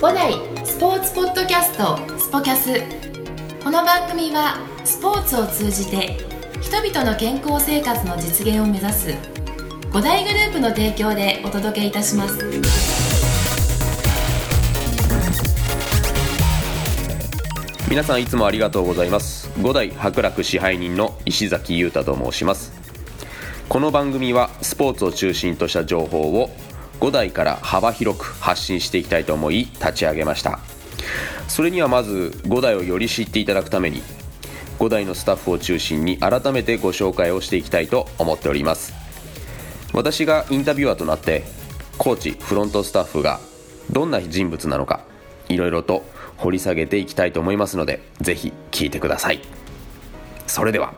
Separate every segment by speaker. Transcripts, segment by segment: Speaker 1: 五代スポーツポッドキャストスポキャスこの番組はスポーツを通じて人々の健康生活の実現を目指す五大グループの提供でお届けいたします
Speaker 2: 皆さんいつもありがとうございます五代博楽支配人の石崎裕太と申しますこの番組はスポーツを中心とした情報を五代から幅広く発信していきたいと思い立ち上げましたそれにはまず五代をより知っていただくために五代のスタッフを中心に改めてご紹介をしていきたいと思っております私がインタビュアーとなってコーチフロントスタッフがどんな人物なのかいろいろと掘り下げていきたいと思いますのでぜひ聞いてくださいそれでは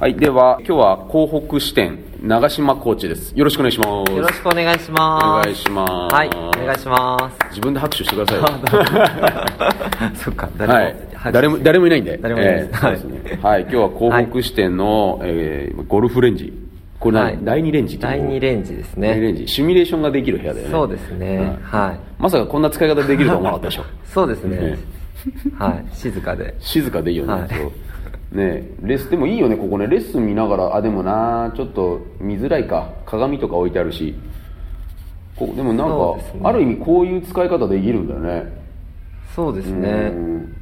Speaker 2: はいでは今日は広北支店長島コーチですよろしくお願いします
Speaker 3: よろしくお願いします。
Speaker 2: お願いします
Speaker 3: はい、お願いしま
Speaker 2: 自分で拍手してくださいよ
Speaker 3: す。そっか、
Speaker 2: は
Speaker 3: 誰
Speaker 2: い
Speaker 3: も、、
Speaker 2: 誰も誰もいないんで
Speaker 3: 誰もいないです
Speaker 2: えーそうですねはい、今日は広北支店の、えーゴルフレンジこれ、
Speaker 3: は
Speaker 2: 何
Speaker 3: い
Speaker 2: 第2レンジっていう
Speaker 3: 第
Speaker 2: の
Speaker 3: 二レンジです
Speaker 2: 第二レ
Speaker 3: ね。
Speaker 2: ンジシミュレーションができる部屋だよね
Speaker 3: そうですね。
Speaker 2: はい
Speaker 3: はい。
Speaker 2: まさかこんな使い方できるとは思わなかったで しょ
Speaker 3: そうですね
Speaker 2: ね。
Speaker 3: はい、静かで。
Speaker 2: 静かでいいよね、
Speaker 3: はい
Speaker 2: そうねレッスンでもいいよねここねレッスン見ながらあでもなちょっと見づらいか鏡とか置いてあるしこでもなん
Speaker 3: そう
Speaker 2: か、
Speaker 3: ですね
Speaker 2: ある意味こういう使い方できるんだよね
Speaker 3: そうです
Speaker 2: う
Speaker 3: ね。
Speaker 2: ん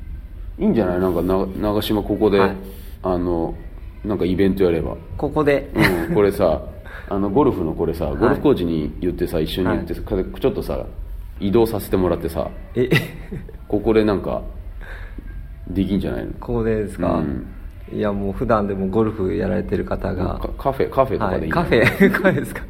Speaker 2: いいんじゃないなんかな長島ここで、
Speaker 3: はい
Speaker 2: あのなんかイベントやれば、
Speaker 3: ここで、
Speaker 2: うん、これ さあのゴルフのこれさゴルフコーチに言ってさ、一緒に言ってさ、ちょっとさ移動させてもらってさ
Speaker 3: え、
Speaker 2: ここでなんかできんじゃないの
Speaker 3: ここでですか、
Speaker 2: うん
Speaker 3: いや、もう普段でもゴルフやられてる方が
Speaker 2: か、カフェカフェとか
Speaker 3: は
Speaker 2: でい
Speaker 3: い、
Speaker 2: い、
Speaker 3: カフェ、 カフェですか。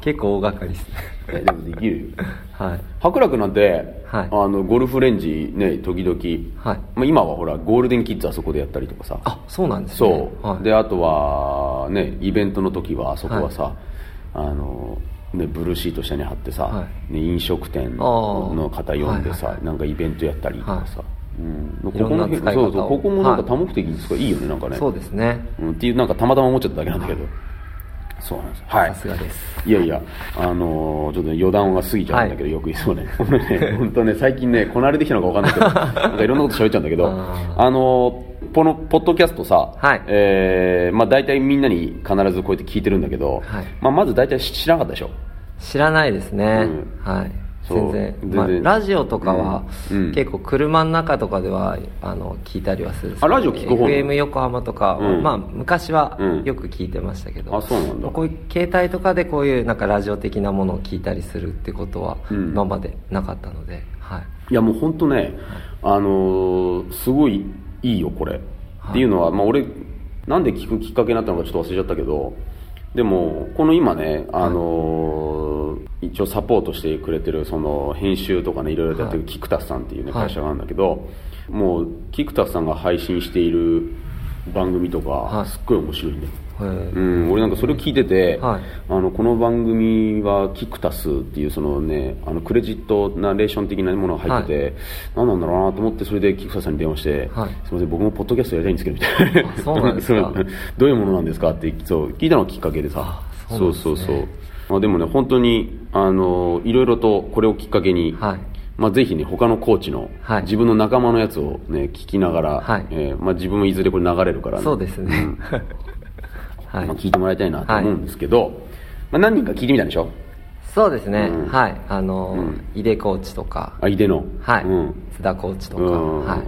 Speaker 3: 結構大掛かりですね。
Speaker 2: ェでもできるよ
Speaker 3: はい。
Speaker 2: 博楽なんて、
Speaker 3: はい
Speaker 2: あのゴルフレンジね時々、
Speaker 3: はい。
Speaker 2: まあ、今はほらゴールデンキッズあそこでやったりとかさ
Speaker 3: あ、そうなんですね。
Speaker 2: そう、
Speaker 3: はい、
Speaker 2: であとはねイベントの時はあそこはさ、あのね、ブルーシート下に貼ってさ、
Speaker 3: は
Speaker 2: ね、飲食店の方呼んでさ、
Speaker 3: はいはい
Speaker 2: なんかイベントやったりとかさ、
Speaker 3: は
Speaker 2: うん、こ
Speaker 3: いろ
Speaker 2: こ
Speaker 3: ん
Speaker 2: の
Speaker 3: な
Speaker 2: 辺
Speaker 3: 使い方
Speaker 2: そ
Speaker 3: を
Speaker 2: うそうここもなんか
Speaker 3: はい
Speaker 2: 多目的ですか、い、いよねなんかね
Speaker 3: そうですね。
Speaker 2: うん、っていうなんかたまたま思っちゃっただけなんだけど、そうなんですよはい
Speaker 3: さすがです。
Speaker 2: いやいや、あのーちょっと余談が過ぎちゃうんだけど、よくいそうね、 俺ね本当ね、最近ね、こなれてきたのか分かん ないけど、なんかいろんなこと喋っちゃうんだけど、
Speaker 3: あ
Speaker 2: あのーこのポッドキャストさ、
Speaker 3: はい
Speaker 2: えーまあ、大体みんなに必ずこうやって聞いてるんだけど、
Speaker 3: はい
Speaker 2: まあ、まず大体知らなかったでしょ、
Speaker 3: 知らないですね、
Speaker 2: うん
Speaker 3: はい
Speaker 2: そう
Speaker 3: 全然
Speaker 2: 全然
Speaker 3: まあ、ラジオとかは、
Speaker 2: うんうん
Speaker 3: 結構車の中とかではあの聞いたりはするんです
Speaker 2: あラジオ聞く方なの
Speaker 3: FM 横浜とかは、
Speaker 2: うん
Speaker 3: まあ、昔は
Speaker 2: うん
Speaker 3: よく聞いてましたけど、
Speaker 2: あそうなんだ
Speaker 3: こういう携帯とかでこういうなんかラジオ的なものを聞いたりするってことは、
Speaker 2: うん
Speaker 3: 今までなかったので、はい、
Speaker 2: いやもう本当ね、あのーすごいいいよこれ、っていうのは、まあ、俺なんで聞くきっかけになったのかちょっと忘れちゃったけどでもこの今ね、あのー一応サポートしてくれてるその編集とかねいろいろやってる菊田さんっていうね、
Speaker 3: はい
Speaker 2: 会社があるんだけどもう菊田さんが配信している番組とか、
Speaker 3: はい
Speaker 2: すっごい面白いんだよ
Speaker 3: えー
Speaker 2: うん、俺なんかそれを聞いてて、
Speaker 3: はい
Speaker 2: あのこの番組はキクタスっていうその、ね、あのクレジットナレーション的なものが入ってて、何なんだろうなと思ってそれでキクタスさんに電話して、
Speaker 3: はい
Speaker 2: すみません僕もポッドキャストやりたいんですけどみたいな
Speaker 3: あそうなんです か
Speaker 2: そうどういうものなんですかってそう聞いたのがきっかけでさ
Speaker 3: あそうなんですね
Speaker 2: そうそうまあ、でもね本当にあのいろいろとこれをきっかけに、
Speaker 3: はい
Speaker 2: まあ、ぜひね他のコーチの、
Speaker 3: はい
Speaker 2: 自分の仲間のやつを、ね、聞きながら、
Speaker 3: はい
Speaker 2: えーまあ、自分もいずれこれ流れるからね
Speaker 3: そうですね、 はい
Speaker 2: まあ、聞いてもらいたいなと思うんですけど、まあ、何人か聞いてみたんでしょ
Speaker 3: そうですね、
Speaker 2: うん
Speaker 3: はいあのー
Speaker 2: うん
Speaker 3: 井出コーチとか、
Speaker 2: あ井出の
Speaker 3: はい
Speaker 2: うん
Speaker 3: 津田コーチとか、
Speaker 2: うん
Speaker 3: はい、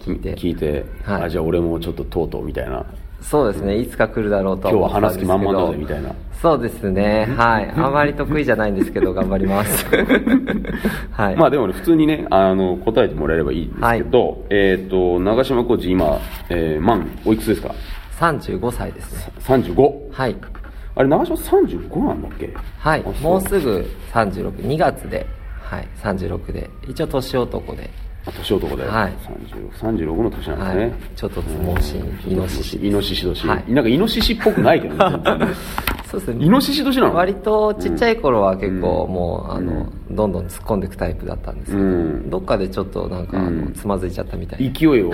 Speaker 3: 聞いて
Speaker 2: 聞いて、
Speaker 3: はい
Speaker 2: あじゃあ俺もちょっととうとうみたいな
Speaker 3: そうですね、いつか来るだろうと
Speaker 2: 今日は
Speaker 3: 思ってた
Speaker 2: 話
Speaker 3: んですす
Speaker 2: 気
Speaker 3: けど
Speaker 2: 満々だぜみたいな
Speaker 3: そうですねはいあまり得意じゃないんですけど頑張ります はい、
Speaker 2: まあでもね普通にねあの答えてもらえればいいんですけど、えっ、と長島コーチ今、えー、満おいくつですか
Speaker 3: 35歳ですね
Speaker 2: 35?
Speaker 3: はい
Speaker 2: あれ長島35なんだっけ
Speaker 3: はい
Speaker 2: あそう
Speaker 3: もうすぐ362月ではい36で一応年男で
Speaker 2: あ年男で、
Speaker 3: はい
Speaker 2: 30 36の年なんですね、
Speaker 3: はいちょっと相撲心イノシシ
Speaker 2: イノシシ年、
Speaker 3: はい
Speaker 2: なんかイノシシっぽくないけどね全 然ね
Speaker 3: そうですね
Speaker 2: イノシシ年なの
Speaker 3: 割とちっちゃい頃は結構もう、
Speaker 2: ん
Speaker 3: あのどんどん突っ込んでいくタイプだったんですけど、
Speaker 2: うん
Speaker 3: どっかでちょっとなんか、あ
Speaker 2: う
Speaker 3: の
Speaker 2: ん
Speaker 3: つまずいちゃったみたいな
Speaker 2: 勢 いを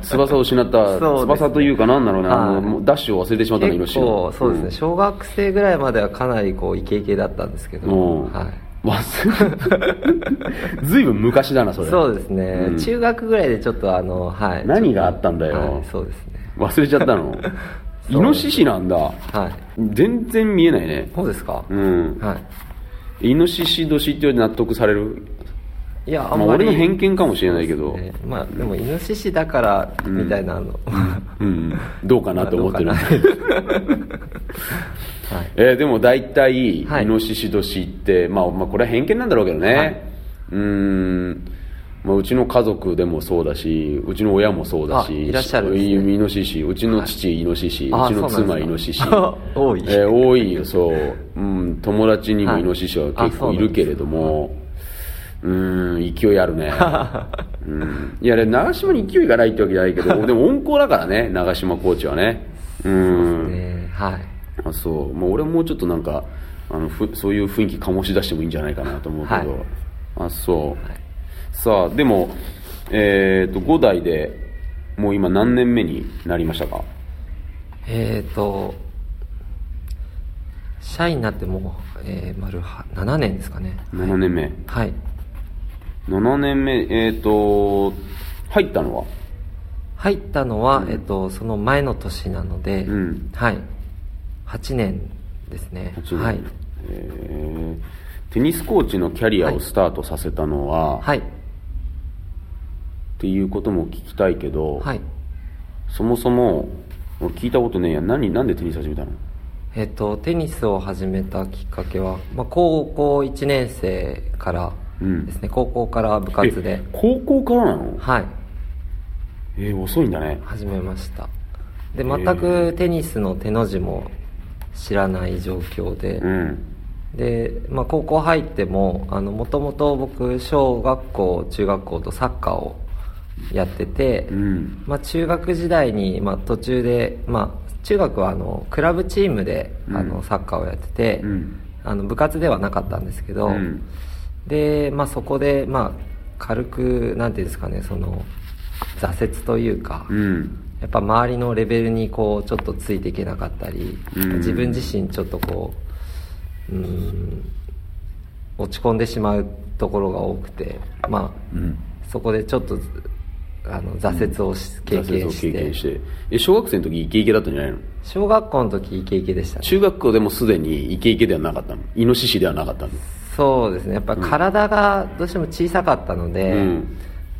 Speaker 2: 翼を失った、
Speaker 3: そうですね
Speaker 2: 翼というかなんだろうね、あ
Speaker 3: は
Speaker 2: の
Speaker 3: い
Speaker 2: もうダッシュを忘れてしまったのイノシシ
Speaker 3: 結
Speaker 2: の
Speaker 3: 構そうですね、
Speaker 2: ん
Speaker 3: 小学生ぐらいまではかなりこうイケイケだったんですけど、
Speaker 2: うん
Speaker 3: はい、
Speaker 2: 忘 れずいぶん昔だなそれ
Speaker 3: そうですね、
Speaker 2: うん
Speaker 3: 中学ぐらいでちょっとあのはい
Speaker 2: 何があったんだよ
Speaker 3: はい、そうですね
Speaker 2: 忘れちゃったのイ
Speaker 3: そう
Speaker 2: ノシシなんだ
Speaker 3: はい
Speaker 2: 全然見えないね
Speaker 3: そうですか、
Speaker 2: うん
Speaker 3: はい
Speaker 2: イノシシ年って納得される
Speaker 3: いや
Speaker 2: まあ俺の偏見かもしれないけど
Speaker 3: そうですねまあでもイノシシだからみたいなあの、
Speaker 2: うんどうか なと思ってる
Speaker 3: まあどう かなはい
Speaker 2: えーでも大体、
Speaker 3: はい
Speaker 2: イノシシ年って、まあ、まあこれは偏見なんだろうけどね、
Speaker 3: はいう
Speaker 2: ーん、まあ、うちの家族でもそうだしうちの親もそうだし
Speaker 3: あいらっしゃるんですね
Speaker 2: いイノシシうちの父、イノシシう
Speaker 3: あ
Speaker 2: ちの
Speaker 3: そう
Speaker 2: 妻
Speaker 3: なんですか
Speaker 2: イノシシ
Speaker 3: 多い
Speaker 2: えー多いよそう、うん、友達にも
Speaker 3: はい
Speaker 2: イノシシは
Speaker 3: あ
Speaker 2: 結
Speaker 3: そ
Speaker 2: 構
Speaker 3: うないんです
Speaker 2: るけれども、うーん勢いある ね、うん、いやで長島に勢いがないってわけじゃないけ どでも温厚だからね長島コーチはねうん
Speaker 3: ねはい
Speaker 2: あそうもう俺もうちょっとなんかあのふそういう雰囲気醸し出してもいいんじゃないかなと思うけど、
Speaker 3: はい
Speaker 2: あそう、さあでもえっと5代でもう今何年目になりましたか
Speaker 3: えーと社員になってもう、えー丸は7年ですかね
Speaker 2: 7年目、
Speaker 3: はい
Speaker 2: 7年目えっと入ったのは
Speaker 3: 入ったのは、えー、とその前の年なので、
Speaker 2: うん
Speaker 3: はい8年ですね
Speaker 2: 8年、
Speaker 3: はい
Speaker 2: えーテニスコーチのキャリアをスタートさせたのは、
Speaker 3: はい
Speaker 2: っていうことも聞きたいけど、
Speaker 3: はい
Speaker 2: そもそももう聞いたことねえや何なんでテニス始めたの
Speaker 3: えっとテニスを始めたきっかけは、まあ、高校1年生からですね、高校から部活で
Speaker 2: え高校からなの
Speaker 3: はい
Speaker 2: えー遅いんだね
Speaker 3: 始めましたで
Speaker 2: へー
Speaker 3: 全くテニスの手の字も知らない状況で、
Speaker 2: うん
Speaker 3: で、まあ、高校入ってももともと僕小学校中学校とサッカーをやってて、
Speaker 2: うん
Speaker 3: まあ、中学時代に、まあ、途中で、まあ、中学はあのクラブチームで、
Speaker 2: うん
Speaker 3: あのサッカーをやってて、
Speaker 2: うん
Speaker 3: あの部活ではなかったんですけど、
Speaker 2: うん
Speaker 3: で、まあ、そこで、まあ、軽くなんていうんですかねその挫折というか、
Speaker 2: うん
Speaker 3: やっぱ周りのレベルにこうちょっとついていけなかったり、
Speaker 2: うん
Speaker 3: 自分自身ちょっとこううん落ち込んでしまうところが多くてまあ、
Speaker 2: うん
Speaker 3: そこでちょっとあの挫折をし経
Speaker 2: 挫折
Speaker 3: 験
Speaker 2: を
Speaker 3: して
Speaker 2: 経験してえ小学生の時イケイケだったんじゃないの
Speaker 3: 小学校の時イケイケでしたね
Speaker 2: 中学校でもすでにイケイケではなかったのイノシシではなかったの
Speaker 3: そうですねやっぱ体がどうしても小さかったので、
Speaker 2: うん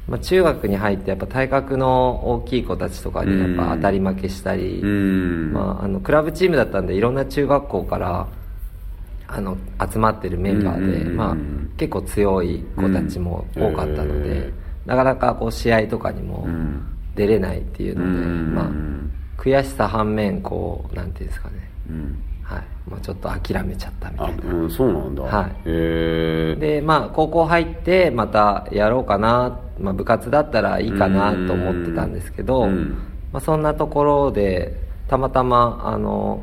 Speaker 3: まあ、中学に入ってやっぱ体格の大きい子たちとかにやっぱ当たり負けしたり、
Speaker 2: うん
Speaker 3: まあ、あのクラブチームだったんでいろんな中学校からあの集まってるメンバーで、
Speaker 2: うんうんうん
Speaker 3: まあ、結構強い子たちも多かったので、
Speaker 2: うんへ
Speaker 3: なかなかこう試合とかにも
Speaker 2: ん
Speaker 3: 出れないっていうので、
Speaker 2: うん
Speaker 3: まあ、悔しさ反面こうなんていうんですかね、
Speaker 2: うん
Speaker 3: はいまあ、ちょっと諦めちゃったみた
Speaker 2: あ
Speaker 3: いな。
Speaker 2: うんそうなんだ
Speaker 3: はい
Speaker 2: へえ
Speaker 3: でまあ高校入ってまたやろうかな、まあ、部活だったらいいかなと思ってたんですけど、
Speaker 2: うん
Speaker 3: まあ、そんなところでたまたまあの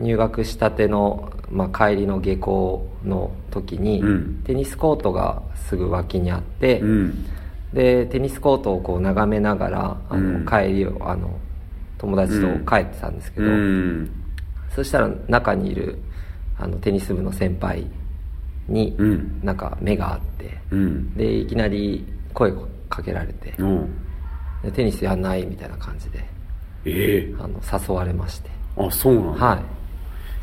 Speaker 3: 入学したての、まあ、帰りの下校の時に、
Speaker 2: うん
Speaker 3: テニスコートがすぐ脇にあって、
Speaker 2: うん
Speaker 3: でテニスコートをこう眺めながらあの、
Speaker 2: うん
Speaker 3: 帰りをあの友達と帰ってたんですけ
Speaker 2: う
Speaker 3: ど、
Speaker 2: ん
Speaker 3: そしたら中にいるあのテニス部の先輩に
Speaker 2: うん
Speaker 3: なんか目があって、
Speaker 2: うん
Speaker 3: でいきなり声かけられて、
Speaker 2: うん
Speaker 3: でテニスやんないみたいな感じで
Speaker 2: ええ
Speaker 3: あの誘われまして
Speaker 2: あそうなんだ
Speaker 3: はい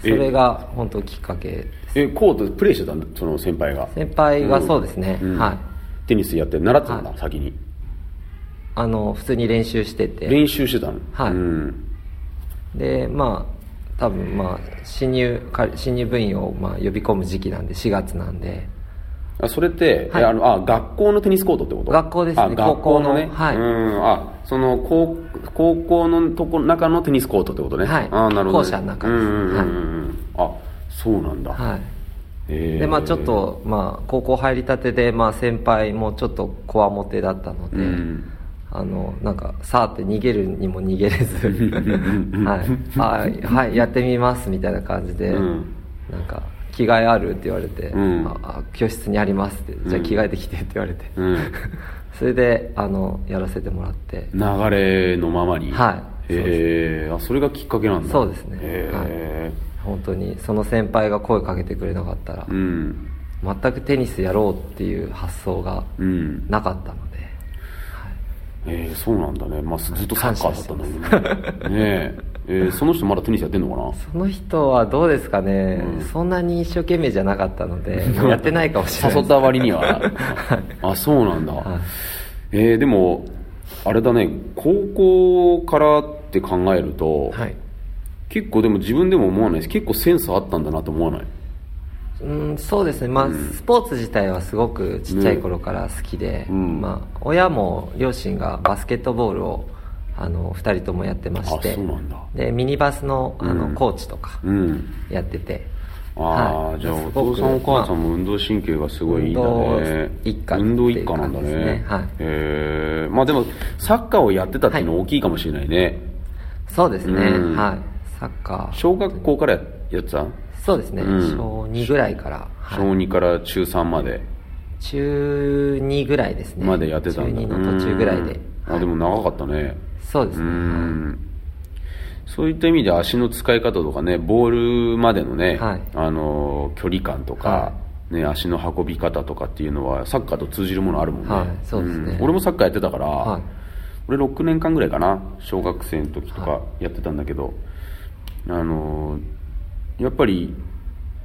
Speaker 3: そ
Speaker 2: え
Speaker 3: れが本当きっかけです
Speaker 2: えコートでプレーしてたんだその先輩が
Speaker 3: 先輩がそうですね、
Speaker 2: うん
Speaker 3: はい
Speaker 2: テニスやって習ってたん
Speaker 3: は
Speaker 2: だ
Speaker 3: い
Speaker 2: 先に
Speaker 3: あの普通に練習してて
Speaker 2: 練習してたの
Speaker 3: はい
Speaker 2: うん
Speaker 3: でまあ多分まあ新入か新入部員をまあ呼び込む時期なんで4月なんで
Speaker 2: あそれって、
Speaker 3: はい
Speaker 2: えあのあ学校のテニスコートってこと
Speaker 3: 学校ですね
Speaker 2: あ学校のね
Speaker 3: 高校のはい
Speaker 2: うんあその高高校のとこ中のテニスコートってことね
Speaker 3: はい
Speaker 2: あなるほど
Speaker 3: 校舎の中です
Speaker 2: うんうんうんうんあそうなんだ、
Speaker 3: はい
Speaker 2: へえ
Speaker 3: でまあちょっと、まあ、高校入りたてで、まあ、先輩もちょっとこわもてだったので、
Speaker 2: うん
Speaker 3: あのなんかさあって逃げるにも逃げれずはい、はいはい、やってみますみたいな感じで、
Speaker 2: うん
Speaker 3: なんか着替えあるって言われて、
Speaker 2: うん
Speaker 3: ああ教室にありますってじゃあ着替えてきてって言われて、
Speaker 2: うん
Speaker 3: それであのやらせてもらって
Speaker 2: 流れのままに
Speaker 3: はい
Speaker 2: へえあそれがきっかけなんだ
Speaker 3: そうですね
Speaker 2: へえ
Speaker 3: 本当にその先輩が声かけてくれなかったら、
Speaker 2: うん
Speaker 3: 全くテニスやろうっていう発想が
Speaker 2: うん
Speaker 3: なかったので、
Speaker 2: えー、そうなんだね、まあ、ずずっとサッカーだったんだけどね
Speaker 3: 感
Speaker 2: ねええーその人まだテニスやってんのかな
Speaker 3: その人はどうですかね、
Speaker 2: うん
Speaker 3: そんなに一生懸命じゃなかったの でやってないかも しれない
Speaker 2: 誘った割には あそうなんだ、
Speaker 3: はい
Speaker 2: えーでもあれだね高校からって考えると、
Speaker 3: はい
Speaker 2: 結構でも自分でも思わないし結構センスあったんだなと思わない
Speaker 3: うん、そうですね、まあスポーツ自体はすごくちっちゃい頃から好きで、
Speaker 2: うん
Speaker 3: まあ、親も両親がバスケットボールをあの2人ともやってまし
Speaker 2: あ
Speaker 3: て
Speaker 2: そうなんだ
Speaker 3: でミニバスのあの、
Speaker 2: うん
Speaker 3: コーチとか
Speaker 2: うん
Speaker 3: やってて、
Speaker 2: ああ、
Speaker 3: はい
Speaker 2: じゃあお
Speaker 3: すご
Speaker 2: 父
Speaker 3: く
Speaker 2: さんお母さん
Speaker 3: ま
Speaker 2: も運動神経がすごいいいんだね
Speaker 3: 運動一家っていう
Speaker 2: 運動一家なんだ
Speaker 3: 感じです
Speaker 2: ね
Speaker 3: ねはい
Speaker 2: えーまあでもサッカーをやってたっていうの大きいかもしれないね、
Speaker 3: あそうですね、
Speaker 2: うん
Speaker 3: はい、サッカー
Speaker 2: 小学校からやってた
Speaker 3: そうですね、
Speaker 2: うん
Speaker 3: 小2ぐらいから、はい
Speaker 2: 小2から中3まで、
Speaker 3: 中2ぐらいですね
Speaker 2: までやってたんだ
Speaker 3: 中2の途中ぐらいで
Speaker 2: うんあでも長かったね
Speaker 3: そうです
Speaker 2: う
Speaker 3: ね、はい
Speaker 2: んそういった意味で足の使い方とかねボールまでのね、
Speaker 3: はい
Speaker 2: あの距離感とか、
Speaker 3: は
Speaker 2: ね、足の運び方とかっていうのはサッカーと通じるものあるもんね、
Speaker 3: はいそうですね
Speaker 2: ん俺もサッカーやってたから、
Speaker 3: はい
Speaker 2: 俺6年間ぐらいかな小学生の時とかやってたんだけど、あのやっぱり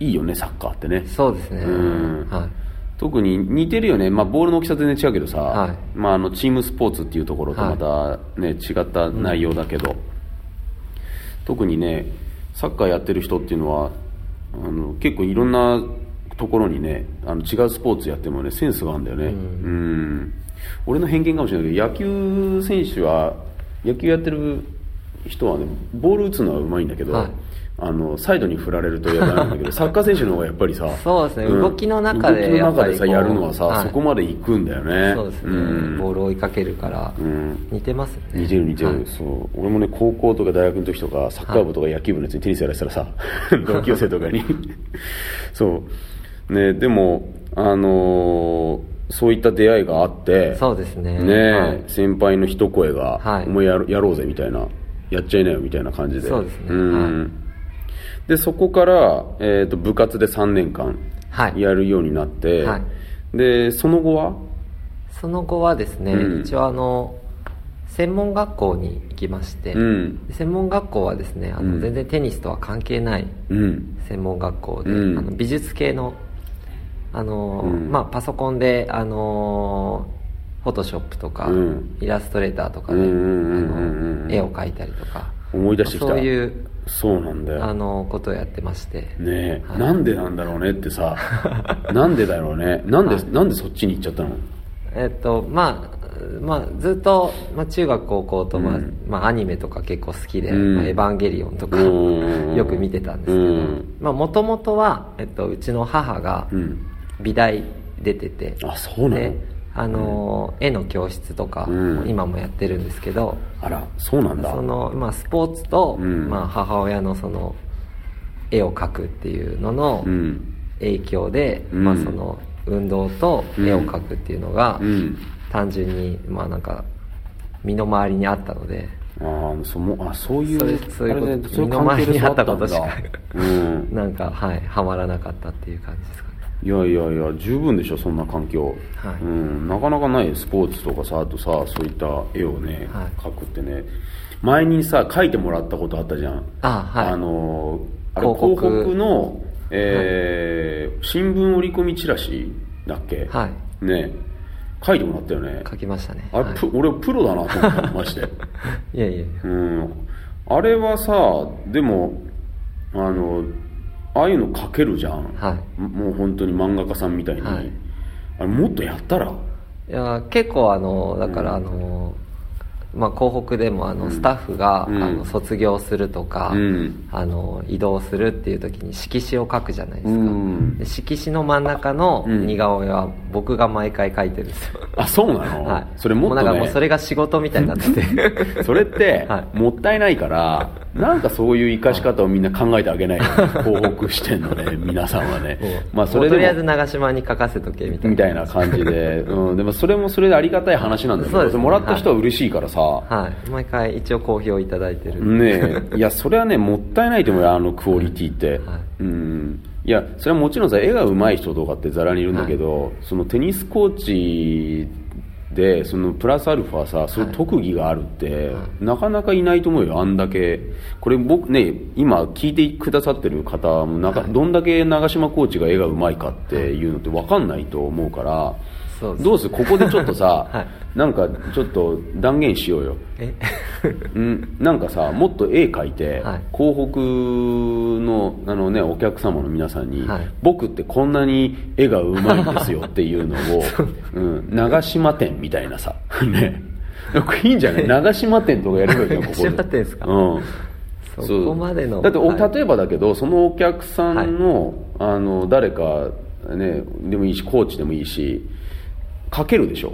Speaker 2: いいよねサッカーってね
Speaker 3: そうですね、
Speaker 2: うん
Speaker 3: はい
Speaker 2: 特に似てるよね、まあ、ボールの大きさ全然違うけどさ、
Speaker 3: はい
Speaker 2: まあ、あのチームスポーツっていうところとまた、ね違った内容だけど、特にねサッカーやってる人っていうのはあの結構いろんなところにねあの違うスポーツやってもねセンスがあるんだよね、うん、俺の偏見かもしれないけど野球選手は野球やってる人はねボール打つのはうまいんだけど、
Speaker 3: はい
Speaker 2: あのサイドに振られるとやばいんだ けどサッカー選手の方がやっぱりさ
Speaker 3: そうですね動きの中で
Speaker 2: 動きの中でさや
Speaker 3: やっぱりこう
Speaker 2: るのはさ、
Speaker 3: はい
Speaker 2: そこまで行くんだよね
Speaker 3: そうですね、
Speaker 2: ん
Speaker 3: ボールを追いかけるから、
Speaker 2: うん
Speaker 3: 似てますね
Speaker 2: 似てる似てる、
Speaker 3: はい
Speaker 2: そう俺もね高校とか大学の時とかサッカー部とか野球部のやつにテニスやらせたら さ同級生とかにそうねでもあのーそういった出会いがあって
Speaker 3: そうですね
Speaker 2: ねえ、
Speaker 3: はい
Speaker 2: 先輩の一声が、
Speaker 3: はい
Speaker 2: お前やろやろうぜみたいなやっちゃいなよみたいな感じで
Speaker 3: そうですね
Speaker 2: ん
Speaker 3: は
Speaker 2: でそこから、えー、と部活で3年間
Speaker 3: はい
Speaker 2: やるようになって、
Speaker 3: はい
Speaker 2: でその後は
Speaker 3: その後はですね、
Speaker 2: うん
Speaker 3: 一応あの専門学校に行きまして、
Speaker 2: うん
Speaker 3: で専門学校はですねあの、
Speaker 2: うん
Speaker 3: 全然テニスとは関係ない
Speaker 2: うん
Speaker 3: 専門学校で、
Speaker 2: うん
Speaker 3: あの美術系のあのー、
Speaker 2: うん
Speaker 3: まあ、パソコンであのーフォトショップとか、
Speaker 2: うん
Speaker 3: イラストレーターとかで、
Speaker 2: うんうんうんうんうん
Speaker 3: あの絵を描いたりとか
Speaker 2: 思い出してきた
Speaker 3: そういう
Speaker 2: そうなんだよ
Speaker 3: あのことをやってまして、
Speaker 2: ねえ、
Speaker 3: はい
Speaker 2: なんでなんだろうねって さなんでだろうねなんで、
Speaker 3: はい
Speaker 2: なんでそっちに行っちゃったの
Speaker 3: えっとまあまあ、ずっと、まあ、中学高校と、まあ
Speaker 2: うん
Speaker 3: まあ、アニメとか結構好きで「
Speaker 2: うん
Speaker 3: まあエヴァンゲリオン」とか
Speaker 2: うん
Speaker 3: よく見てたんですけ
Speaker 2: う
Speaker 3: ど
Speaker 2: ん
Speaker 3: まあもともとは、えっと、うちの母が
Speaker 2: うん
Speaker 3: 美大出てて、
Speaker 2: あそうなの
Speaker 3: であのー絵の教室とか、
Speaker 2: うん
Speaker 3: 今もやってるんですけど
Speaker 2: あらそうなんだ
Speaker 3: その、まあ、スポーツと、
Speaker 2: うん
Speaker 3: まあ、母親のその絵を描くっていうのの
Speaker 2: うん
Speaker 3: 影響で、
Speaker 2: うん
Speaker 3: まあ、その運動と絵を描くっていうのが、
Speaker 2: うん
Speaker 3: 単純にまあなんか身の回りにあったので
Speaker 2: ああそもあそういう
Speaker 3: それそういうこと
Speaker 2: あれねそういう
Speaker 3: 身の回り
Speaker 2: 関係
Speaker 3: に
Speaker 2: 性
Speaker 3: あったことしか
Speaker 2: あったんだうん
Speaker 3: なんかはいはまらなかったっていう感じですかね
Speaker 2: いやいやいや十分でしょそんな環境、
Speaker 3: はい
Speaker 2: うん、なかなかないスポーツとかさあとさそういった絵をね、
Speaker 3: はい
Speaker 2: 描くってね前にさ描いてもらったことあったじゃん
Speaker 3: あはい
Speaker 2: あのーあれ
Speaker 3: 広
Speaker 2: 広
Speaker 3: 告
Speaker 2: 告の、えー新聞折り込みチラシだっけ、
Speaker 3: はい
Speaker 2: ね描いてもらったよね
Speaker 3: 描きましたね
Speaker 2: あれ、
Speaker 3: はい
Speaker 2: プ俺プロだなと思ったまして
Speaker 3: いやいや
Speaker 2: うんあれはさでもあのああいうの描けるじゃん、
Speaker 3: はい
Speaker 2: もう本当に漫画家さんみたいに、
Speaker 3: はい
Speaker 2: あれもっとやったら
Speaker 3: いや結構あのだからあの、まあ、広北でもあのスタッフが、
Speaker 2: うん
Speaker 3: あの卒業するとか、
Speaker 2: うん
Speaker 3: あの移動するっていう時に色紙を書くじゃないですか、
Speaker 2: うん
Speaker 3: で色紙の真ん中の
Speaker 2: うん
Speaker 3: 似顔絵は僕が毎回書いてるんですよ、
Speaker 2: あそうなの、
Speaker 3: はい、
Speaker 2: それもっ
Speaker 3: うな
Speaker 2: と
Speaker 3: んかも
Speaker 2: ね
Speaker 3: うそれが仕事みたいになってて
Speaker 2: それって
Speaker 3: はい
Speaker 2: もったいないから、なんかそういう生かし方をみんな考えてあげないよね報北してんの ね皆さんはねまあ そ
Speaker 3: も
Speaker 2: れ
Speaker 3: うと
Speaker 2: で
Speaker 3: りあえず
Speaker 2: も
Speaker 3: 長島に書かせとけみたい
Speaker 2: み
Speaker 3: な
Speaker 2: たいな感じで、うん、でもそれもそれでありがたい話なんだけど
Speaker 3: そうですね
Speaker 2: もらった人は嬉しいからさ、
Speaker 3: はい、毎回一応好評いただいてるんで
Speaker 2: ねえいやそれはねもったいないと思うよあのクオリティって、
Speaker 3: はい
Speaker 2: うんいやそれはもちろんさ絵が上手い人とかってざらにいるんだけど、そのテニスコーチでそのプラスアルファさそういう特技があるって、なかなかいないと思うよあんだけこれ僕ね今聞いてくださってる方もなんか、どんだけ長島コーチが絵が上手いかっていうのって分かんないと思うから
Speaker 3: そうです
Speaker 2: どうするここでちょっと さ、
Speaker 3: はい
Speaker 2: なんかちょっと断言しようよ
Speaker 3: え
Speaker 2: うん、なんかさもっと絵描いて、
Speaker 3: はい
Speaker 2: 広北のあの、ね、お客様の皆さんに、
Speaker 3: はい
Speaker 2: 僕ってこんなに絵がうまいんですよっていうの を、うん、長島店みたいなさ ねいいんじゃない長島店とかやればいいじゃんここで
Speaker 3: 長島店ですか
Speaker 2: うん
Speaker 3: そ
Speaker 2: そう
Speaker 3: こまでの
Speaker 2: だってお、
Speaker 3: はい
Speaker 2: 例えばだけどそのお客さんの,、あの誰か、ね、でもいいしコーチでもいいしかけるでしょ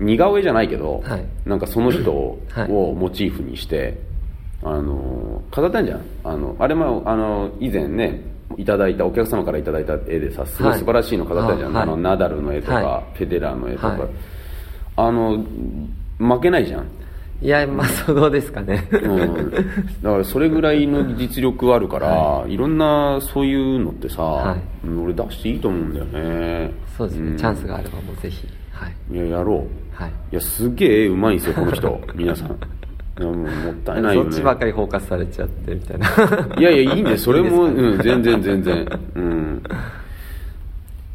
Speaker 2: 似顔絵じゃないけど、
Speaker 3: はい
Speaker 2: なんかその人を
Speaker 3: はい
Speaker 2: モチーフにして、あの飾ったんじゃんあのあれもあの以前ねいただいたお客様からいただいた絵でさすごい
Speaker 3: はい
Speaker 2: 素晴らしいの飾ったじゃん、
Speaker 3: あは
Speaker 2: あ
Speaker 3: い
Speaker 2: のナダルの絵とか、
Speaker 3: は
Speaker 2: フェデラーの絵とか、
Speaker 3: はい
Speaker 2: あの負けないじゃん
Speaker 3: いやまあそうどうですかね、
Speaker 2: うん、だからそれぐらいの実力あるから、い、ろんなそういうのってさ、
Speaker 3: はい
Speaker 2: うん俺出していいと思うんだよね
Speaker 3: そうですね、
Speaker 2: ん
Speaker 3: チャンスがあればもうぜひはい
Speaker 2: いややろう、
Speaker 3: はい
Speaker 2: いやすげえうまいんですよこの人皆さんいやもうもったいないよ
Speaker 3: そ
Speaker 2: ね
Speaker 3: っちばっかりフォーカスされちゃってみたいな
Speaker 2: いやいやいいんだよそれも
Speaker 3: いいですか
Speaker 2: うん、全然全然うん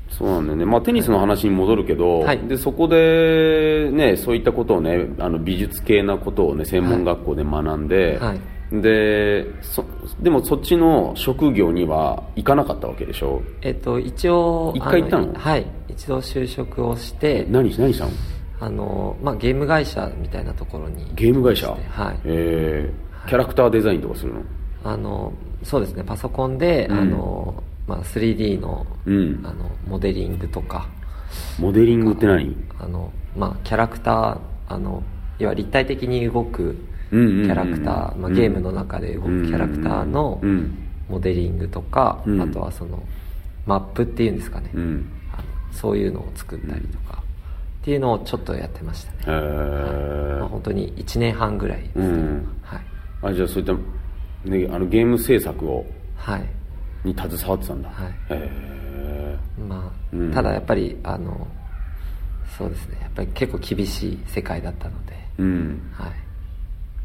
Speaker 2: そうなんだよね、まあ、テニスの話に戻るけど、
Speaker 3: はい
Speaker 2: でそこで、ね、そういったことをねあの美術系なことをね専門学校で学んで、
Speaker 3: はい
Speaker 2: でそでもそっちの職業には行かなかったわけでしょ
Speaker 3: えっと一応
Speaker 2: 一回行ったの
Speaker 3: あはい一度就職をして
Speaker 2: 何し何したの
Speaker 3: あの、まあ、ゲーム会社みたいなところに
Speaker 2: ゲーム会社、
Speaker 3: はい
Speaker 2: えーキャラクターデザインとかするの
Speaker 3: あのそうですねパソコンで、
Speaker 2: うん
Speaker 3: あのまあ、3D の,、
Speaker 2: うん
Speaker 3: あのモデリングとか
Speaker 2: モデリングって何
Speaker 3: あの、まあ、キャラクターあの要は立体的に動く
Speaker 2: う
Speaker 3: キ
Speaker 2: んうんうんうん
Speaker 3: ャラクター、まあ、ゲームの中で動くキャラクターの
Speaker 2: うんうん
Speaker 3: モデリングとか、
Speaker 2: うん
Speaker 3: あとはそのマップっていうんですかね、
Speaker 2: うん
Speaker 3: あのそういうのを作ったりとか、っていうのをちょっとやってましたね、
Speaker 2: えー
Speaker 3: まあ、本当に1年半ぐらいですね、
Speaker 2: うん
Speaker 3: はい、
Speaker 2: あじゃあそういった、ね、あのゲーム制作を
Speaker 3: はい
Speaker 2: に携わってたんだ、
Speaker 3: はい
Speaker 2: へ
Speaker 3: まあ、
Speaker 2: うん
Speaker 3: ただやっぱりあのそうですねやっぱり結構厳しい世界だったので、
Speaker 2: えうん
Speaker 3: はい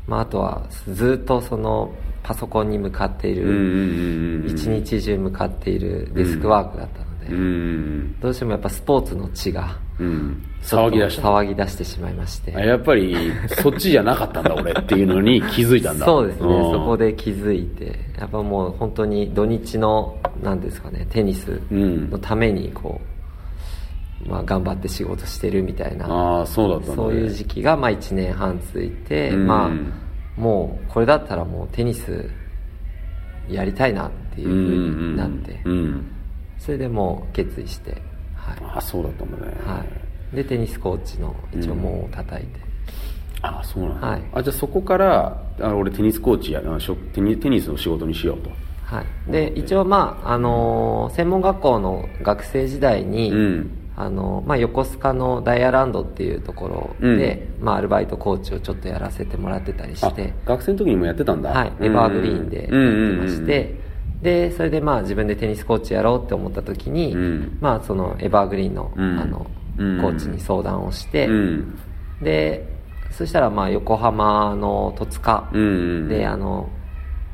Speaker 3: まあ、あとはずっとそのパソコンに向かってい
Speaker 2: うんうん
Speaker 3: る
Speaker 2: うんうん
Speaker 3: 一日中向かっているデスクワークだったので、
Speaker 2: うんうん
Speaker 3: どうしてもやっぱスポーツの血が
Speaker 2: うんうん
Speaker 3: ち
Speaker 2: 騒
Speaker 3: ょっと
Speaker 2: ぎ出した
Speaker 3: 騒ぎ出してしまいまして
Speaker 2: あやっぱりそっちじゃなか ったんだ俺っていうのに気づいたんだ
Speaker 3: そうですね
Speaker 2: ん
Speaker 3: そこで気づいてやっぱもう本当に土日のなんですかねテニス
Speaker 2: うん
Speaker 3: のためにこう、まあ、頑張って仕事してるみたいな
Speaker 2: ああそうだったんだ、ね、
Speaker 3: そういう時期がまあ1年半続いて、
Speaker 2: うん
Speaker 3: まあもうこれだったらもうテニスやりたいなっていうふうになって、
Speaker 2: うんうんうん
Speaker 3: それでもう決意してはい、
Speaker 2: ああそうだったんだね、
Speaker 3: はい、でテニスコーチの一応門を叩いて、
Speaker 2: ああそうなんだ、
Speaker 3: はい
Speaker 2: あじゃあそこからあ俺テニスコーチやあしょテニテニスの仕事にしようと
Speaker 3: はい、で一応まあ、あのー専門学校の学生時代に、
Speaker 2: うん
Speaker 3: あのまあ、横須賀のダイヤランドっていうところで、まあ、アルバイトコーチをちょっとやらせてもらってたりし
Speaker 2: あ
Speaker 3: て
Speaker 2: 学生の時にもやってたんだ
Speaker 3: はい、
Speaker 2: うん
Speaker 3: エバーグリーンでやってま
Speaker 2: うん
Speaker 3: し
Speaker 2: うんうん
Speaker 3: て、でそれでまあ自分でテニスコーチやろうって思った時に、
Speaker 2: うん
Speaker 3: まあ、そのエバーグリーンの,、
Speaker 2: うん
Speaker 3: あの
Speaker 2: うん
Speaker 3: コーチに相談をして、
Speaker 2: うん
Speaker 3: でそしたらまあ横浜の戸塚
Speaker 2: うんうん
Speaker 3: であの、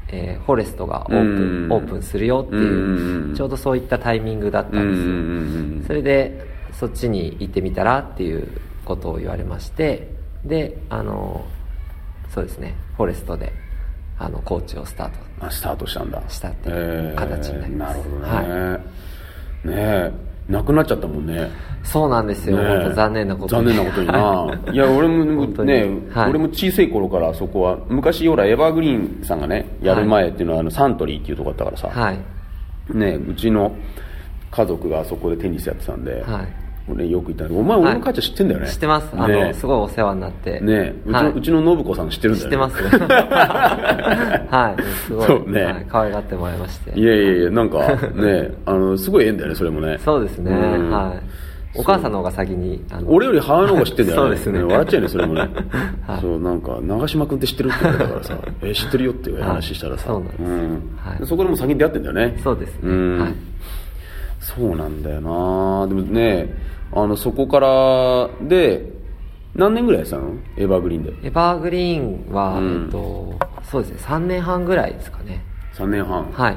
Speaker 3: えーフォレストがオープン,、
Speaker 2: うん
Speaker 3: オープンするよっていう、
Speaker 2: うんうん
Speaker 3: ちょうどそういったタイミングだったん
Speaker 2: うんうん
Speaker 3: ですよ、
Speaker 2: うんうん
Speaker 3: それでそっちに行ってみたらっていうことを言われましてであのそうですねフォレストであのコーチをスタート
Speaker 2: あスタートしたんだ
Speaker 3: したっていう形になります
Speaker 2: えーなるほどね、ねえなくなっちゃったもんね
Speaker 3: そうなんですよ、
Speaker 2: ねえ
Speaker 3: 本当残念なこと
Speaker 2: 残念なことに
Speaker 3: は
Speaker 2: ないや俺も
Speaker 3: 本当に
Speaker 2: ね、
Speaker 3: はい
Speaker 2: 俺も小さい頃からそこは昔ほらエバーグリーンさんがねやる前っていうのはあのサントリーっていうとこだったからさ、
Speaker 3: い はい
Speaker 2: ねうちの家族があそこでテニスやってたんで、
Speaker 3: はい
Speaker 2: 俺よく行ったんだけどお前俺の母ちゃん知ってんだよね、
Speaker 3: 知ってますあの、
Speaker 2: ね
Speaker 3: すごいお世話になって
Speaker 2: ねうちの、
Speaker 3: はいう
Speaker 2: ちの信子さん知ってるん
Speaker 3: 知
Speaker 2: だよね
Speaker 3: ってます はいすごい
Speaker 2: そうね
Speaker 3: はい、可愛がってもらいまして
Speaker 2: いやいやいやなんかねあのすごい縁だよねそれもね
Speaker 3: そうですね
Speaker 2: ん
Speaker 3: はお母さんの方が先にあの
Speaker 2: 俺より母の方が知ってんだよ
Speaker 3: そうですね
Speaker 2: 笑っちゃうねそれもね
Speaker 3: はい
Speaker 2: そうなんか長嶋君って知ってるって言われたから さえ知ってるよっていう話したらさ
Speaker 3: はいそうなんです
Speaker 2: ん
Speaker 3: はい
Speaker 2: でそこでもう先に出会ってんだよね
Speaker 3: そうですね
Speaker 2: うん
Speaker 3: はい
Speaker 2: そうなんだよなでもねあのそこからで何年ぐらいやってたのエバーグリーンで
Speaker 3: エバーグリーンは、
Speaker 2: うん
Speaker 3: えっと、そうですね3年半ぐらいですかね
Speaker 2: 3年半
Speaker 3: はい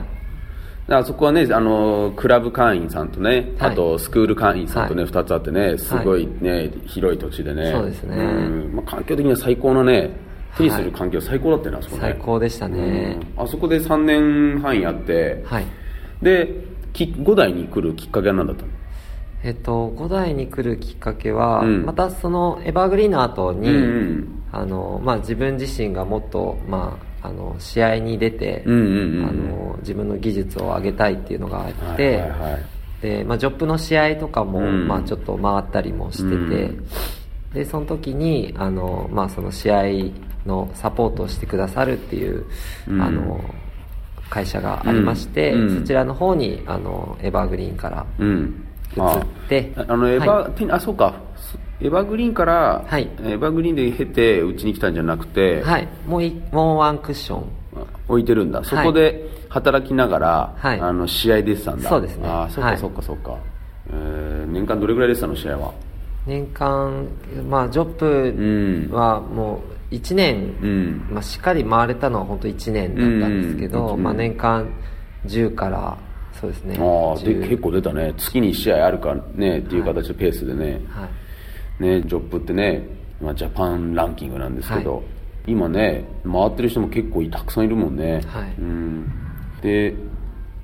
Speaker 2: あそこはねあのクラブ会員さんとね、
Speaker 3: は
Speaker 2: あ
Speaker 3: い
Speaker 2: とスクール会員さんとね、
Speaker 3: はい
Speaker 2: 2つあってねすごいね、広い土地でね
Speaker 3: そうですね
Speaker 2: んまあ、環境的には最高なねテニスする環境最高だったよね、あそこね
Speaker 3: 最高でしたね
Speaker 2: うんあそこで3年半やって、
Speaker 3: はい
Speaker 2: でき5代に来るきっかけは何だったの
Speaker 3: えっと五代に来るきっかけは、
Speaker 2: うん
Speaker 3: またそのエバーグリーンの後に、
Speaker 2: うんうん
Speaker 3: あのまあ、自分自身がもっと、まあ、あの試合に出て、
Speaker 2: うんうんうん
Speaker 3: あの自分の技術を上げたいっていうのがあっ
Speaker 2: は
Speaker 3: て、
Speaker 2: いはいはい
Speaker 3: で、まあ、ジョップの試合とかも、
Speaker 2: うん
Speaker 3: まあ、ちょっと回ったりもしてて、
Speaker 2: うん
Speaker 3: でその時にあの、まあ、その試合のサポートをしてくださるっていう、
Speaker 2: うん
Speaker 3: あの会社がありまして、
Speaker 2: うんうん
Speaker 3: そちらの方にあのエバーグリーンから
Speaker 2: うん
Speaker 3: 移って
Speaker 2: ああのエバ、
Speaker 3: は
Speaker 2: テニあそうかそエバーグリーンから、
Speaker 3: はい
Speaker 2: エバーグリーンで経てうちに来たんじゃなくて、
Speaker 3: はい、もういもうワンクッション
Speaker 2: 置いてるんだそこで働きながら、
Speaker 3: はい
Speaker 2: あの試合出てたんだ
Speaker 3: そうですね
Speaker 2: ああそっ
Speaker 3: は
Speaker 2: か
Speaker 3: い
Speaker 2: そっかそっか、えー年間どれぐらい出てたの試合は
Speaker 3: 年間、まあ、ジョップはもう1年、
Speaker 2: うん
Speaker 3: まあ、しっかり回れたのは本当1年だったんですけ
Speaker 2: うん
Speaker 3: ど、
Speaker 2: うん
Speaker 3: まあ、年間10からそうですね
Speaker 2: ああで
Speaker 3: 10
Speaker 2: 結構出たね月に1試合あるかねっていう形のペースでね,、
Speaker 3: はい
Speaker 2: ねジョップってね、まあ、ジャパンランキングなんですけど、
Speaker 3: はい
Speaker 2: 今ね回ってる人も結構いたくさんいるもんね、
Speaker 3: はい
Speaker 2: うんで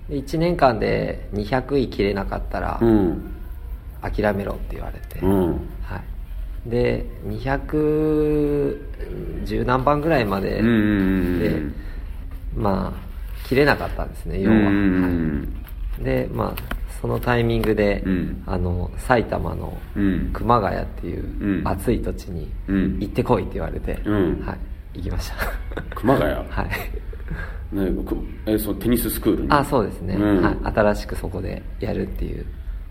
Speaker 3: で1年間で200位切れなかったら
Speaker 2: うん
Speaker 3: 諦めろって言われて、
Speaker 2: うん
Speaker 3: はい、で210何番ぐらいまで
Speaker 2: うんうんうん
Speaker 3: でまあ切れなかったんですね要は、
Speaker 2: うんうんう
Speaker 3: はい
Speaker 2: ん
Speaker 3: でまあそのタイミングで、
Speaker 2: うん
Speaker 3: あの埼玉の
Speaker 2: うん
Speaker 3: 熊谷ってい
Speaker 2: うん
Speaker 3: う暑い土地に
Speaker 2: うん
Speaker 3: 行ってこいって言われて、
Speaker 2: うん
Speaker 3: はい、行きました
Speaker 2: 熊谷、
Speaker 3: はい
Speaker 2: ね、くえそのテニススクールに
Speaker 3: あそうですね、
Speaker 2: うん
Speaker 3: はい、新しくそこでやるっていう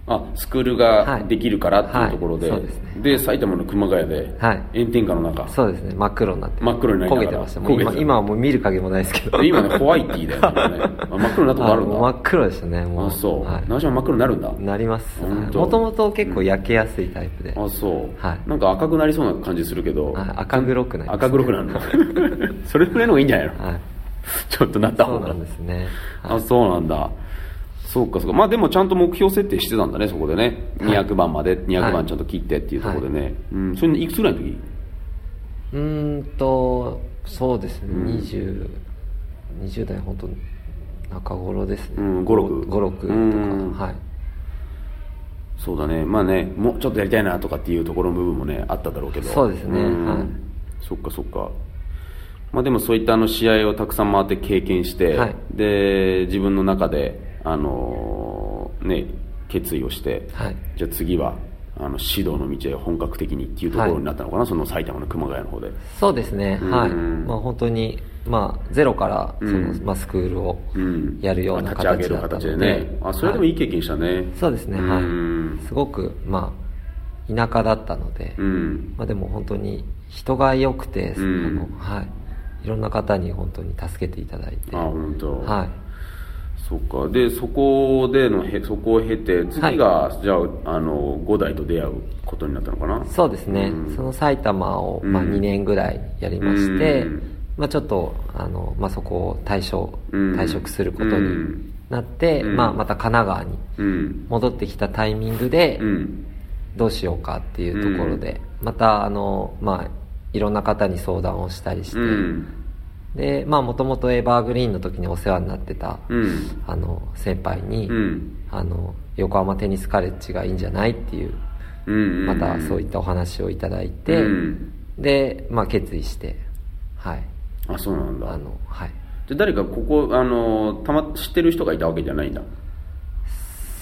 Speaker 2: あスクール
Speaker 3: は
Speaker 2: が
Speaker 3: い
Speaker 2: できるからっていうところで、
Speaker 3: はいそうですね
Speaker 2: で埼玉の熊谷で、
Speaker 3: はい
Speaker 2: 炎天下の中
Speaker 3: そうですね真っ黒になって
Speaker 2: 真っ黒になりな
Speaker 3: 焦
Speaker 2: が
Speaker 3: げ
Speaker 2: ら
Speaker 3: てましたもう
Speaker 2: 焦げて
Speaker 3: 今
Speaker 2: た
Speaker 3: 今はもう見る影もないですけど
Speaker 2: で今ねホワイティだよね 今ねあ真っ黒になったことあるん
Speaker 3: もう
Speaker 2: だ
Speaker 3: 真っ黒でしたねもう
Speaker 2: あそう、
Speaker 3: はい
Speaker 2: 長島真っ黒になるんだ
Speaker 3: なりますはい
Speaker 2: 本当
Speaker 3: もともと結構焼けやすいタイプで、
Speaker 2: あそう、
Speaker 3: はい
Speaker 2: なんか赤くなりそうな感じするけど
Speaker 3: はい赤黒くなります
Speaker 2: 赤黒くなるの それくらいの方がいいんじゃないの、
Speaker 3: はい、
Speaker 2: ちょっとなった
Speaker 3: そ
Speaker 2: 方
Speaker 3: う
Speaker 2: が
Speaker 3: なんですね、はい
Speaker 2: あそうなんだそうかそうかまあでもちゃんと目標設定してたんだねそこでね200番まで200番ちゃんと切ってっていうところでね、うんそれいくつぐらいの時
Speaker 3: うーんとそうですね、2020代本当中頃ですね、
Speaker 2: うん56
Speaker 3: 56とか、
Speaker 2: うん
Speaker 3: はい
Speaker 2: そうだねまあねもうちょっとやりたいなとかっていうところの部分もねあっただろうけど
Speaker 3: そうですね
Speaker 2: ん
Speaker 3: はい
Speaker 2: そっかそっかまあでもそういったあの試合をたくさん回って経験して、
Speaker 3: はい
Speaker 2: で自分の中であのーね決意をして、
Speaker 3: はい
Speaker 2: じゃあ次はあの指導の道へ本格的にっていうところになったのかな、その埼玉の熊谷の方で
Speaker 3: そうですね、
Speaker 2: うん
Speaker 3: はいまあ本当にまあゼロからその、
Speaker 2: うん
Speaker 3: まあ、スクールを
Speaker 2: うん
Speaker 3: やるような
Speaker 2: 立ち上げ
Speaker 3: 形
Speaker 2: る
Speaker 3: だったの
Speaker 2: 形
Speaker 3: で,、
Speaker 2: でねあそれでもいい経験したね、
Speaker 3: そうですね、
Speaker 2: うん
Speaker 3: はいすごくまあ田舎だったので、
Speaker 2: うん
Speaker 3: まあ、でも本当に人が良くて、
Speaker 2: うん
Speaker 3: あのはい、いろんな方に本当に助けていただいて
Speaker 2: あ本当
Speaker 3: はい
Speaker 2: そっかでそこでのへそこを経て次が、じゃああの5代と出会うことになったのかな
Speaker 3: そうですね、
Speaker 2: うん
Speaker 3: その埼玉を、まあ、
Speaker 2: うん
Speaker 3: 2年ぐらいやりまして、
Speaker 2: うん
Speaker 3: まあ、ちょっとあの、まあ、そこを退所
Speaker 2: うん
Speaker 3: 退職すること
Speaker 2: うん
Speaker 3: になって、
Speaker 2: うん
Speaker 3: まあ、また神奈川に
Speaker 2: うん
Speaker 3: 戻ってきたタイミングで
Speaker 2: うん
Speaker 3: どうしようかっていうところで、またあの、まあ、いろんな方に相談をしたりして、
Speaker 2: うん
Speaker 3: でまあもともとエバーグリーンの時にお世話になってた、
Speaker 2: うん
Speaker 3: あの先輩に、
Speaker 2: うん
Speaker 3: あの横浜テニスカレッジがいいんじゃないっていう
Speaker 2: うん
Speaker 3: またそういったお話をいただいて、
Speaker 2: うん
Speaker 3: で、まあ、決意してはい
Speaker 2: あそうなんだ
Speaker 3: あのはい
Speaker 2: で誰かここあのたま知ってる人がいたわけじゃないんだ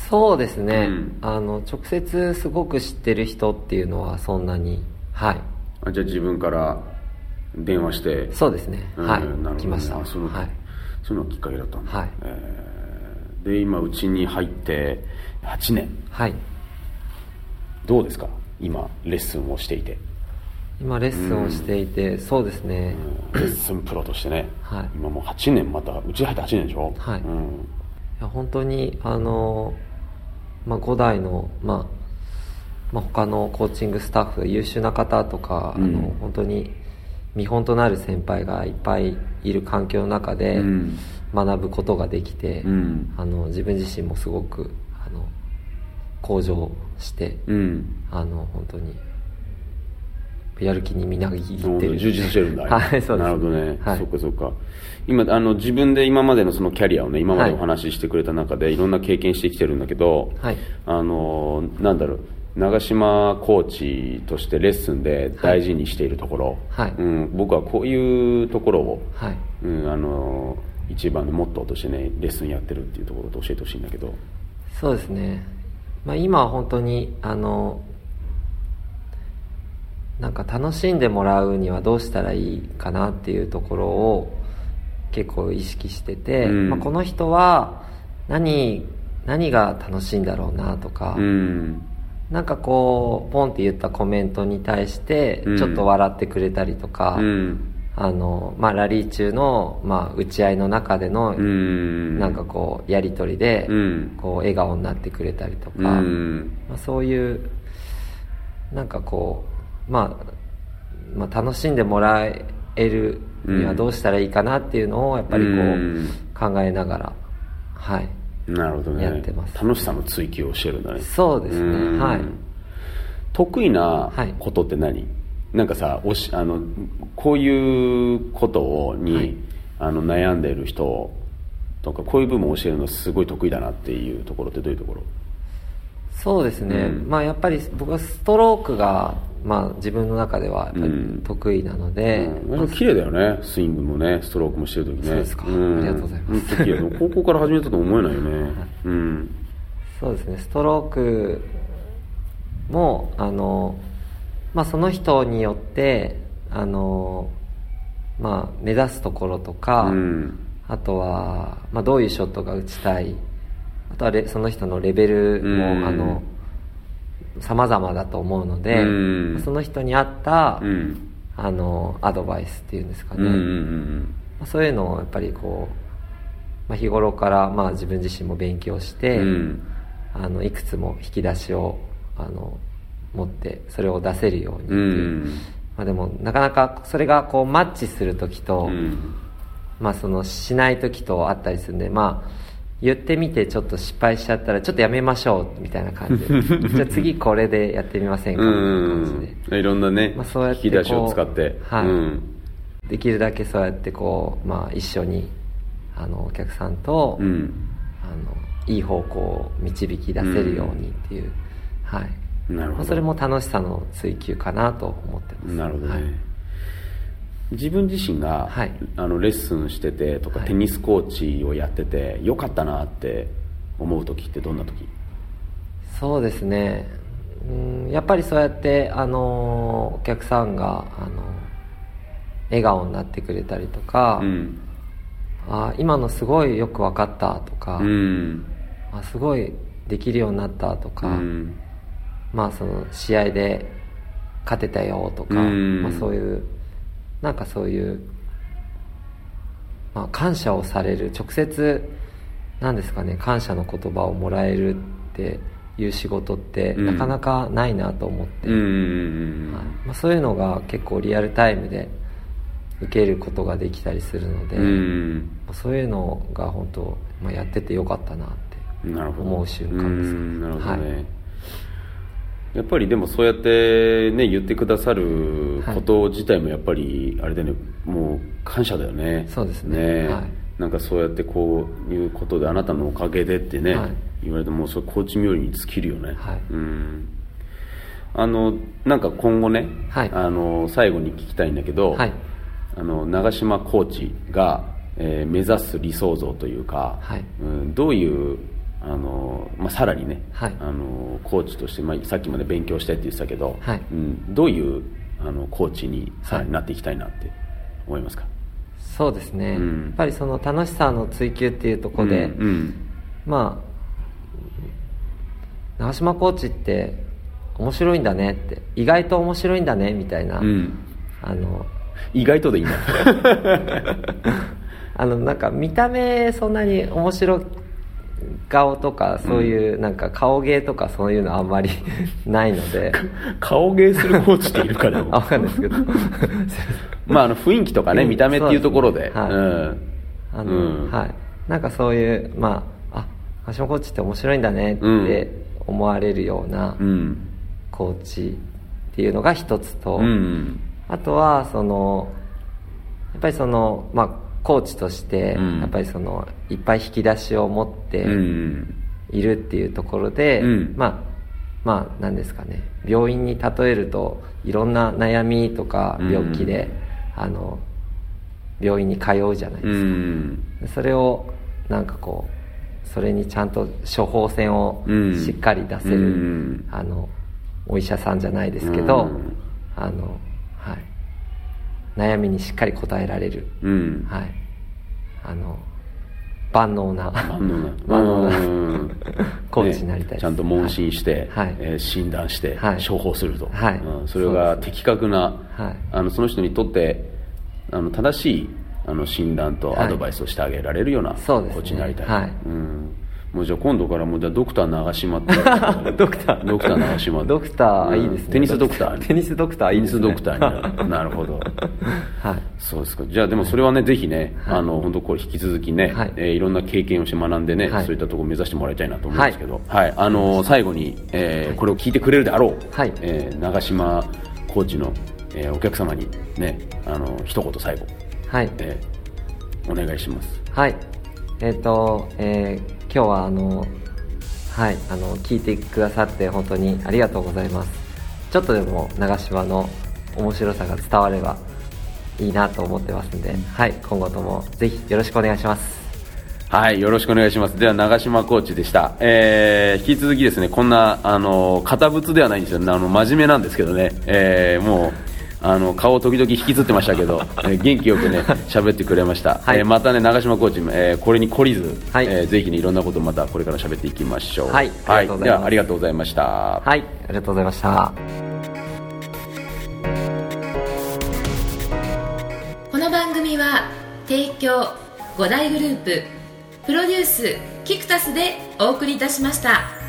Speaker 3: そうですね、
Speaker 2: うん
Speaker 3: あの直接すごく知ってる人っていうのはそんなにはい
Speaker 2: あじゃあ自分から電話して
Speaker 3: そうですね、
Speaker 2: うん
Speaker 3: はい
Speaker 2: なるほどね
Speaker 3: 来ました
Speaker 2: あそう
Speaker 3: はい
Speaker 2: そういうのがきっかけだったんだ、
Speaker 3: はい
Speaker 2: えーで今うちに入って8年
Speaker 3: はい
Speaker 2: どうですか今レッスンをしていて、
Speaker 3: 今レッスンをしていて、そうですね、
Speaker 2: うんレッスンプロとしてね、
Speaker 3: はい
Speaker 2: 今もう8年またうち入って8年でしょ、
Speaker 3: はい
Speaker 2: うん
Speaker 3: いや本当にあの、まあ、5代の、まあまあ、他のコーチングスタッフ優秀な方とか、
Speaker 2: うん
Speaker 3: あの本当に見本となる先輩がいっぱいいる環境の中で
Speaker 2: うん
Speaker 3: 学ぶことができて、
Speaker 2: うん
Speaker 3: あの自分自身もすごくあの向上して、
Speaker 2: うん
Speaker 3: あの本当にやる気にみなぎっ
Speaker 2: なるほ
Speaker 3: て
Speaker 2: ど
Speaker 3: る
Speaker 2: 充実してるんだ
Speaker 3: はいそうです
Speaker 2: なるほどね、
Speaker 3: はい
Speaker 2: そっかそっか今あの自分で今までのそのキャリアをね今までお話ししてくれた中で、い、ろんな経験してきてるんだけど、
Speaker 3: はい
Speaker 2: あのなんだろう長島コーチとしてレッスンで大事にしているところ、
Speaker 3: はい
Speaker 2: うん、僕はこういうところを、
Speaker 3: はい
Speaker 2: うん、あの一番のモットーとしてねレッスンやってるっていうところと教えてほしいんだけど
Speaker 3: そうですね、まあ、今は本当にあのなんか楽しんでもらうにはどうしたらいいかなっていうところを結構意識してて、
Speaker 2: うん
Speaker 3: まあ、この人は何何が楽しいんだろうなとか、
Speaker 2: うん
Speaker 3: なんかこうポンって言ったコメントに対して
Speaker 2: うん
Speaker 3: ちょっと笑ってくれたりとか、
Speaker 2: うん
Speaker 3: あのまあ、ラリー中の、まあ、打ち合いの中での
Speaker 2: うん
Speaker 3: なんかこうやり取りで、
Speaker 2: うん
Speaker 3: こう笑顔になってくれたりとか、
Speaker 2: うん
Speaker 3: まあ、そういうなんかこう、まあ、まあ楽しんでもらえるにはどうしたらいいかなっていうのをやっぱりこう
Speaker 2: うん
Speaker 3: 考えながら、はい
Speaker 2: なるほどね
Speaker 3: やってます
Speaker 2: 楽しさの追求をしてるんだね
Speaker 3: そうですね
Speaker 2: うん
Speaker 3: はい
Speaker 2: 得意な
Speaker 3: はい
Speaker 2: ことって何、なんかさおしあのこういうことをに、
Speaker 3: はい
Speaker 2: あの悩んでる人とかこういう部分を教えるのすごい得意だなっていうところってどういうところ
Speaker 3: そうですね、
Speaker 2: うん
Speaker 3: まあやっぱり僕はストロークが、まあ、自分の中ではやっぱり得意なので、
Speaker 2: うん、綺麗だよねスイングもねストロークもしてる時ね
Speaker 3: そうですか
Speaker 2: ん
Speaker 3: ありがとうございます
Speaker 2: 本当綺麗高校から始めたと思えないよねうん
Speaker 3: そうですねストロークもあの、まあ、その人によってあの、まあ、目指すところとか、
Speaker 2: うん
Speaker 3: あとは、まあ、どういうショットが打ちたいあとはレその人のレベルも、
Speaker 2: うん
Speaker 3: あの様々だと思うので、
Speaker 2: うん
Speaker 3: その人に合った、
Speaker 2: うん
Speaker 3: あのアドバイスっていうんですか
Speaker 2: うんう
Speaker 3: ね、
Speaker 2: んうん
Speaker 3: まあそういうのをやっぱりこう、まあ、日頃からまあ自分自身も勉強して、
Speaker 2: うん
Speaker 3: あのいくつも引き出しをあの持ってそれを出せるようにって
Speaker 2: う
Speaker 3: いう、
Speaker 2: ん
Speaker 3: まあ、でもなかなかそれがこうマッチする時と、
Speaker 2: うん
Speaker 3: まあ、そのしない時とあったりするんでまあ言ってみてちょっと失敗しちゃったらちょっとやめましょうみたいな感じで じゃあ次これでやってみませんかみたいな感じで
Speaker 2: うんいろんなね、
Speaker 3: まあそうやってこう
Speaker 2: 引き出しを使って、
Speaker 3: はい
Speaker 2: うん
Speaker 3: できるだけそうやってこう、まあ、一緒にあのお客さんと、
Speaker 2: うん
Speaker 3: あのいい方向を導き出せるようにっていう、はい
Speaker 2: なるほど
Speaker 3: まあそれも楽しさの追求かなと思ってます
Speaker 2: なるほどね、
Speaker 3: はい
Speaker 2: 自分自身が、
Speaker 3: はい
Speaker 2: あのレッスンしててとか、
Speaker 3: はい
Speaker 2: テニスコーチをやっててよかったなって思う時ってどんな時
Speaker 3: そうですねうんやっぱりそうやってあのお客さんがあの笑顔になってくれたりとか、
Speaker 2: うん
Speaker 3: あ今のすごいよく分かったとか、
Speaker 2: うん
Speaker 3: あすごいできるようになったと
Speaker 2: う
Speaker 3: か、
Speaker 2: ん
Speaker 3: まあその試合で勝てたよとか、
Speaker 2: うん
Speaker 3: まあ、そういうなんかそういう、まあ、感謝をされる直接なんですかね感謝の言葉をもらえるっていう仕事って
Speaker 2: うん
Speaker 3: なかなかないなと思って、
Speaker 2: うんうん
Speaker 3: はいまあ、そういうのが結構リアルタイムで受けることができたりするので、
Speaker 2: うんうん
Speaker 3: まあそういうのが本当、まあ、やっててよかったなって
Speaker 2: なるほど
Speaker 3: 思う瞬間ですかね
Speaker 2: うんなるほどね、
Speaker 3: はい
Speaker 2: やっぱりでもそうやってね言ってくださること自体もやっぱりあれだよねもう感謝だよね
Speaker 3: そうですねはい
Speaker 2: なんかそうやってこういうことであなたのおかげでってね、
Speaker 3: はい
Speaker 2: 言われてもうそれコーチ冥利に尽きるよね、
Speaker 3: はい
Speaker 2: うんあのなんか今後ね、
Speaker 3: はい
Speaker 2: あの最後に聞きたいんだけど、
Speaker 3: はい
Speaker 2: あの長島コーチが、えー目指す理想像というか、
Speaker 3: はい
Speaker 2: うん、どういうあの、まあ、さらにね、
Speaker 3: はい
Speaker 2: あのコーチとして、まあ、さっきまで勉強したいって言ってたけど、
Speaker 3: はい
Speaker 2: うん、どういうあのコーチにさらになっていきたいなって思いますか、
Speaker 3: そうですね、
Speaker 2: うん
Speaker 3: やっぱりその楽しさの追求っていうところで、
Speaker 2: うん
Speaker 3: まあ長島コーチって面白いんだねって意外と面白いんだねみたいな、
Speaker 2: うん
Speaker 3: あの
Speaker 2: 意外とでいいん だ
Speaker 3: あのなんか見た目そんなに面白顔とかそういうなんか顔芸とかそういうのあんまり ないので
Speaker 2: 顔芸するコーチっているかでも
Speaker 3: あわかんないですけど
Speaker 2: まああの雰囲気とかね、
Speaker 3: うん
Speaker 2: 見た目っていうところで
Speaker 3: そうですねあの、
Speaker 2: うん
Speaker 3: はいなんかそういうまああ橋本コーチって面白いんだねっ
Speaker 2: うん
Speaker 3: て思われるような
Speaker 2: うんうん
Speaker 3: コーチっていうのが一つと、
Speaker 2: うん
Speaker 3: あとはそのやっぱりそのまあコーチとして
Speaker 2: うん
Speaker 3: やっぱりそのいっぱい引き出しを持って
Speaker 2: うん
Speaker 3: いるっていうところで、
Speaker 2: うん
Speaker 3: まあまあ何ですかね病院に例えるといろんな悩みとか
Speaker 2: うん
Speaker 3: 病気で、あの病院に通うじゃないで
Speaker 2: う
Speaker 3: すか、
Speaker 2: ん
Speaker 3: それをなんかこうそれにちゃんと処方箋を
Speaker 2: うん
Speaker 3: しっかり出せる、
Speaker 2: うん
Speaker 3: あのお医者さんじゃないですけど、
Speaker 2: うん
Speaker 3: あのはい、悩みにしっかり答えられる、
Speaker 2: うん
Speaker 3: はい、あの万能な
Speaker 2: 万能な
Speaker 3: 万能な
Speaker 2: うん
Speaker 3: コーチになりたいです、
Speaker 2: ねちゃんと問診して、
Speaker 3: はい
Speaker 2: えー診断して、
Speaker 3: はい
Speaker 2: 処方すると、
Speaker 3: はい
Speaker 2: うんそれが的確なそ,、
Speaker 3: はい
Speaker 2: あのその人にとってあの正しいあの診断と
Speaker 3: はい
Speaker 2: アドバイスをしてあげられるようなコ
Speaker 3: そうですね
Speaker 2: ーチになりたい、
Speaker 3: はい
Speaker 2: うんもうじゃあ今度からもうじゃあドクター長島って ドクタードクター長島
Speaker 3: ドクター
Speaker 2: うん
Speaker 3: いいですね
Speaker 2: テニスドクター
Speaker 3: テニスドクターいいですね
Speaker 2: テニスドクターになるなるほど
Speaker 3: はい
Speaker 2: そうですかじゃあでもそれはねぜひね、
Speaker 3: はい
Speaker 2: あの本当これ引き続きね、
Speaker 3: はい
Speaker 2: えーいろんな経験をして学んでね、
Speaker 3: はい
Speaker 2: そういったところを目指してもらいたいなと思うんですけど、はいあのー最後に、えーこれを聞いてくれるであろう、
Speaker 3: はい
Speaker 2: えー長島コーチの、えーお客様にねあのー一言最後、
Speaker 3: はい
Speaker 2: えーお願いします
Speaker 3: はい。えっ、と、えー今日はあの、はい、あの、聞いてくださって本当にありがとうございます。ちょっとでも長島の面白さが伝わればいいなと思ってますんで、はい、今後ともぜひよろしくお願いします。
Speaker 2: はいよろしくお願いしますでは長島コーチでした、えー引き続きですねこんなあのー堅物ではないんですよあの真面目なんですけどね、えーもうあの顔を時々引きずってましたけど、えー元気よく ね喋ってくれました、
Speaker 3: はい
Speaker 2: えーまたね長島コーチも、えーこれに懲りず、
Speaker 3: はい
Speaker 2: えーぜひねいろんなことまたこれから喋っていきましょう
Speaker 3: はいありがとうございます
Speaker 2: ではありがとうございました、
Speaker 3: はい、ありがとうございました。
Speaker 1: この番組は提供五大グループプロデュースキクタスでお送りいたしました。